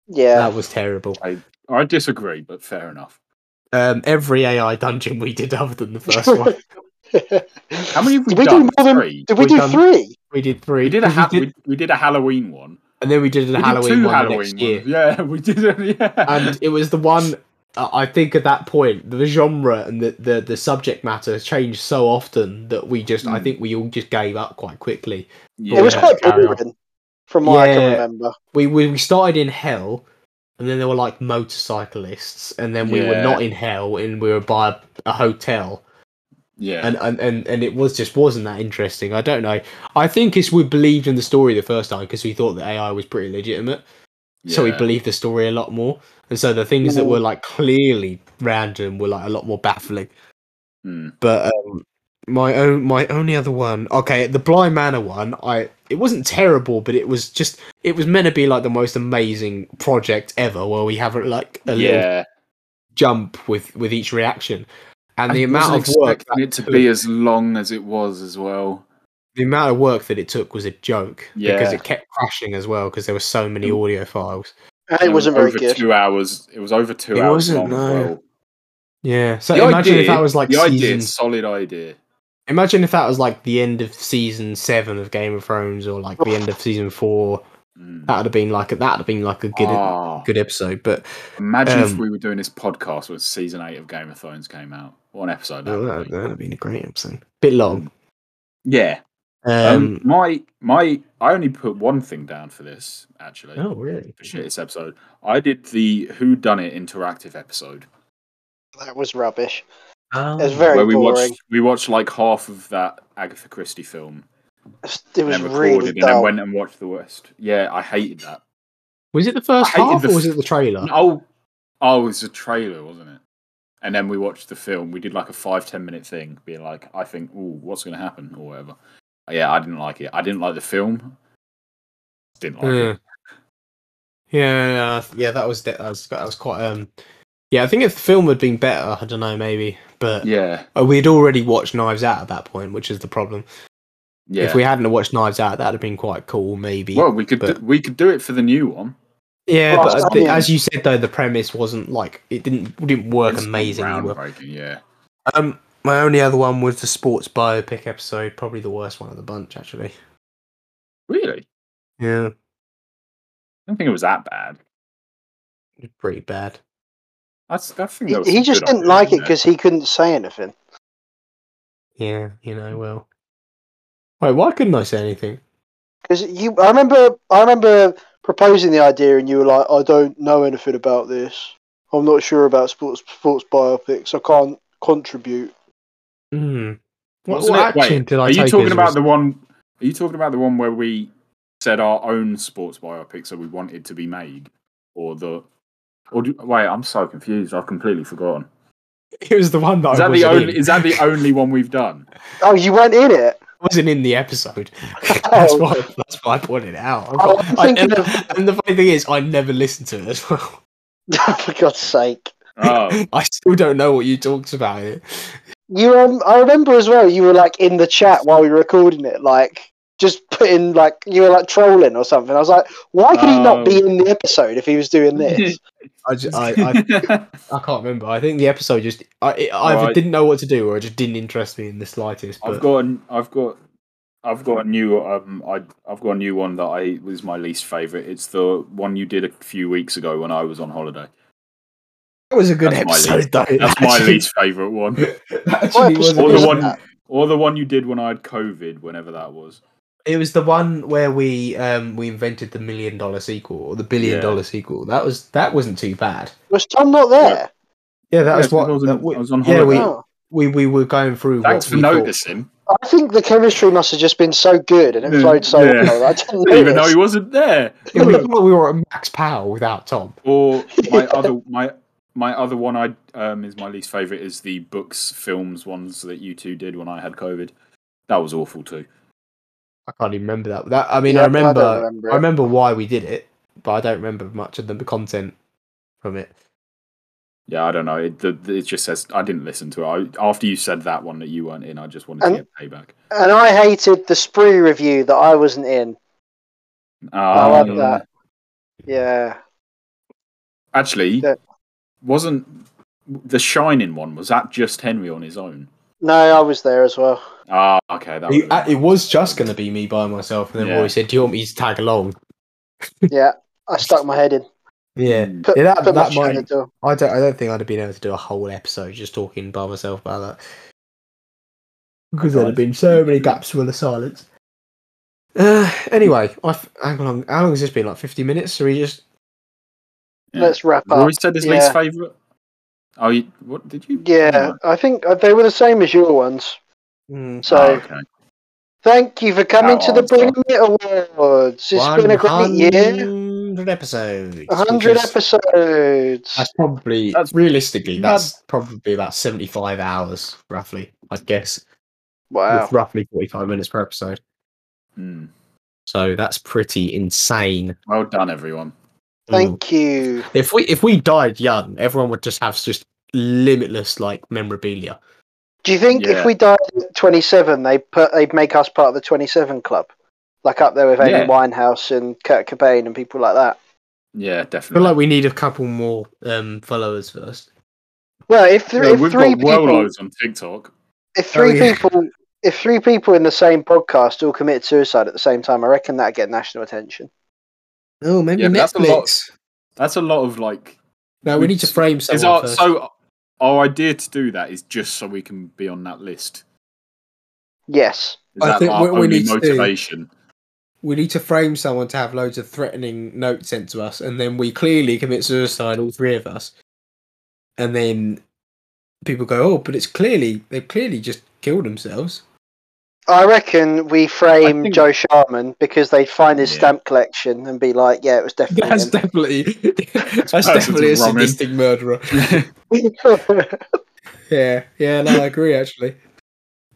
Yeah, That was terrible. I disagree, but fair enough. Um, every AI dungeon we did, other than the first one, How many have we Did we do done? more than- Three. did we we've do done- three? we did three. We did a because we ha- we, we did a Halloween one. and then we did a We Halloween did one two the Halloween next ones. year. Yeah, we did. it, Yeah. and it was the one uh, I think at that point the genre and the, the, the subject matter changed so often that we just I Mm. think we all just gave up quite quickly. yeah. it was yeah, quite carry on. boring, from what I Yeah. can remember. We we, we started in hell, and then there were like motorcyclists, and then we were Yeah. not in hell, and we were by a, a hotel, yeah. and, and and and it was just wasn't that interesting. I don't know. I think it's we believed in the story the first time because we thought that AI was pretty legitimate. so we yeah. Mm. believed the story a lot more and so the things that were like clearly random were like a lot more baffling Hmm. but um, my own my only other one okay the blind manor one i it wasn't terrible but it was just it was meant to be like the most amazing project ever where we have like a little yeah. jump with with each reaction and the I amount of wasn't work expecting that it to took- be as long as it was as well. the amount of work that it took was a joke because Yeah. it kept crashing as well because there were so many Mm. audio files And And it wasn't very Um, over good. Two hours. It was over two It hours. wasn't, long as no. well. yeah so The imagine idea, if that was like the idea, season is solid idea. Imagine if that was like the end of season seven of Game of Thrones, or like the end of season four. Mm. That'd have been like a, that'd have been like a good e, Ah, good episode. But imagine if um, we were doing this podcast when season eight of Game of Thrones came out. What an episode that no, would that, be. that'd have been a great episode. Bit long. Yeah. Um, Um, my my, I only put one thing down for this actually. oh really? For shittiest episode, I did the Who Done It interactive episode That was rubbish. Oh. It was very where we boring. watched we watched like half of that Agatha Christie film It was and then recorded really and then dull. went and watched the worst. Yeah, I hated that. Was it the first I hated half the or was f- it the trailer? Oh, oh, it was a trailer, wasn't it? and then we watched the film. We did like a five ten minute thing, being like, I think, ooh, what's going to happen or whatever. Yeah, I didn't like it. I didn't like the film. Didn't like Yeah. it. Yeah, uh, yeah, that was that was that was quite um. Yeah, I think if the film had been better, I don't know, maybe, but Yeah, uh, we'd already watched Knives Out at that point, which is the problem. yeah. If we hadn't have watched Knives Out, that'd have been quite cool, maybe. well, we could but- do, we could do it for the new one. yeah, Well, but I I think, mean- as you said though, the premise wasn't like it didn't didn't work It's amazingly well. groundbreaking, Yeah, Um, my only other one was the sports biopic episode, probably the worst one of the bunch, actually. really. I Yeah, don't think it was that bad. it was pretty bad. That's that thing. He, he just didn't like it because he couldn't say anything. Yeah, you know, well, wait, why couldn't I say anything? Because you, I remember, I remember proposing the idea, and you were like, "I don't know anything about this. I'm not sure about sports sports biopics. I can't contribute." Hmm. What, Wasn't what it- wait, action did I Are you take talking as a about the one? Are you talking about the one where we said our own sports biopics that we wanted to be made, or the? Or do, wait, I'm so confused. I've completely forgotten. It was the one that Is I that the wasn't only? in. Is that the only one we've done? Oh, you weren't in it. I wasn't in the episode. that's Oh. why. That's why I pointed it out. Oh, I'm I- and, thinking and the funny thing is, I never listened to it as well. For God's sake, Oh, I still don't know what you talked about it. you. Um, I remember as well. You were like in the chat while we were recording it, like just putting like you were like trolling or something. I was like, "Why could he not be Oh. in the episode if he was doing this?" I, just, I, I, I can't remember. I think the episode just I it, I either Right. didn't know what to do or it just didn't interest me in the slightest. But I've got. an- I've got. I've got a new. Um, I I've got a new one that I was my least favorite. It's the one you did a few weeks ago when I was on holiday. that was a good that's my episode, least- though. It That's my actually- least favorite one. that Actually, What was a episode Or good the one. was one, that? or the one you did when I had COVID, whenever that was. It was the one where we um we invented the million dollar sequel or the billion Yeah. dollar sequel. That was that wasn't too bad. Was Tom not there? Yeah, that Yeah, was what I was on- that we- I was on yeah we, holiday. Oh. we we were going through. Thanks what for we thought- noticing. I think the chemistry must have just been so good and it Yeah, flowed so Mm, yeah. well. that I didn't I didn't even know notice. he wasn't there. Yeah, we, thought we were at max power without Tom. Or my other my my other one I um is my least favorite is the books films ones that you two did when I had COVID. That was awful too. I can't even remember that. That I mean, I Yeah, I don't remember. I remember, remember it. why we did it, but I don't remember much of the content from it. Yeah, I don't know. It, the, the- it just says I didn't listen to it. I, after you said that one that you weren't in, I just wanted Um, to get payback. And I hated the spree review that I wasn't in. I like Um, that. Yeah. Actually, Yeah. wasn't the Shining one? Was that just Henry on his own? No, I was there as well. Ah, okay. That It, was uh, it was just going to be me by myself, and then Yeah. Roy said, "Do you want me to tag along?" Yeah. I stuck my head in. Yeah, Mm. Put, Yeah, that- put my that shoe in the might- door. I don't. I don't think I'd have been able to do a whole episode just talking by myself about that because there'd have been so many gaps full of silence. Uh, anyway, I've, hang on. How long has this been? Like fifty minutes? So we just Yeah. Let's wrap up. Rory said his least Uh, yeah. favorite. Oh, you, what did you? Yeah. I think uh, they were the same as your ones. mm, So Oh, okay. thank you for coming Oh, to the sorry. Bring It Awards. It's been a great year. 100 episodes. 100 because- episodes. That's probably That's- realistically. that- That's probably about seventy-five hours, roughly. I guess Wow. with roughly forty-five minutes per episode. Hmm. So that's pretty insane. Well done, everyone. Mm. Thank you. If we if we died young, everyone would just have just limitless like memorabilia. Do you think Yeah. if we died at 27, they put they'd make us part of the 27 club, like up there with Amy Yeah. Winehouse and Kurt Cobain and people like that? Yeah, I feel definitely. like we need a couple more um, followers first. Well, if, th- Yeah, if we've three got well people, loads on TikTok. if three yeah. people, if three people in the same podcast all committed suicide at the same time, I reckon that'd get national attention. Oh, maybe Yeah, but that's a lot- Netflix. That's a lot of like. No, we need to frame Is someone our, first. so our idea to do that is just so we can be on that list. Yes, Is I that think our what we only need to do- motivation? we need to frame someone to have loads of threatening notes sent to us, and then we clearly commit suicide, all three of us. And then people go, "Oh, but it's clearly they've clearly just killed themselves." I reckon we frame think- Joe Sharman because they'd find his Yeah. stamp collection and be like, "Yeah, it was definitely." That's him." definitely that's That's definitely a wrong in. sadistic murderer. Yeah, yeah, no, I agree actually.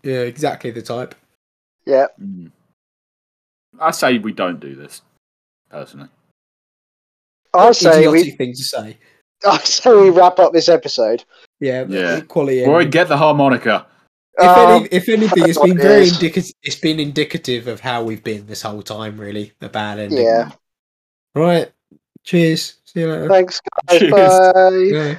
Yeah, exactly the type. yeah, Mm. I say we don't do this, personally. I say Idiotic we. thing to say. I say we wrap up this episode. Yeah, Yeah. quality. Roy, ending. get the harmonica. If, Um, any, if anything, it's that's been what it very is. indicative. It's been indicative of how we've been this whole time, really. The bad ending. yeah. Right. Cheers. See you later. Thanks, guys. Cheers. Bye. Yeah.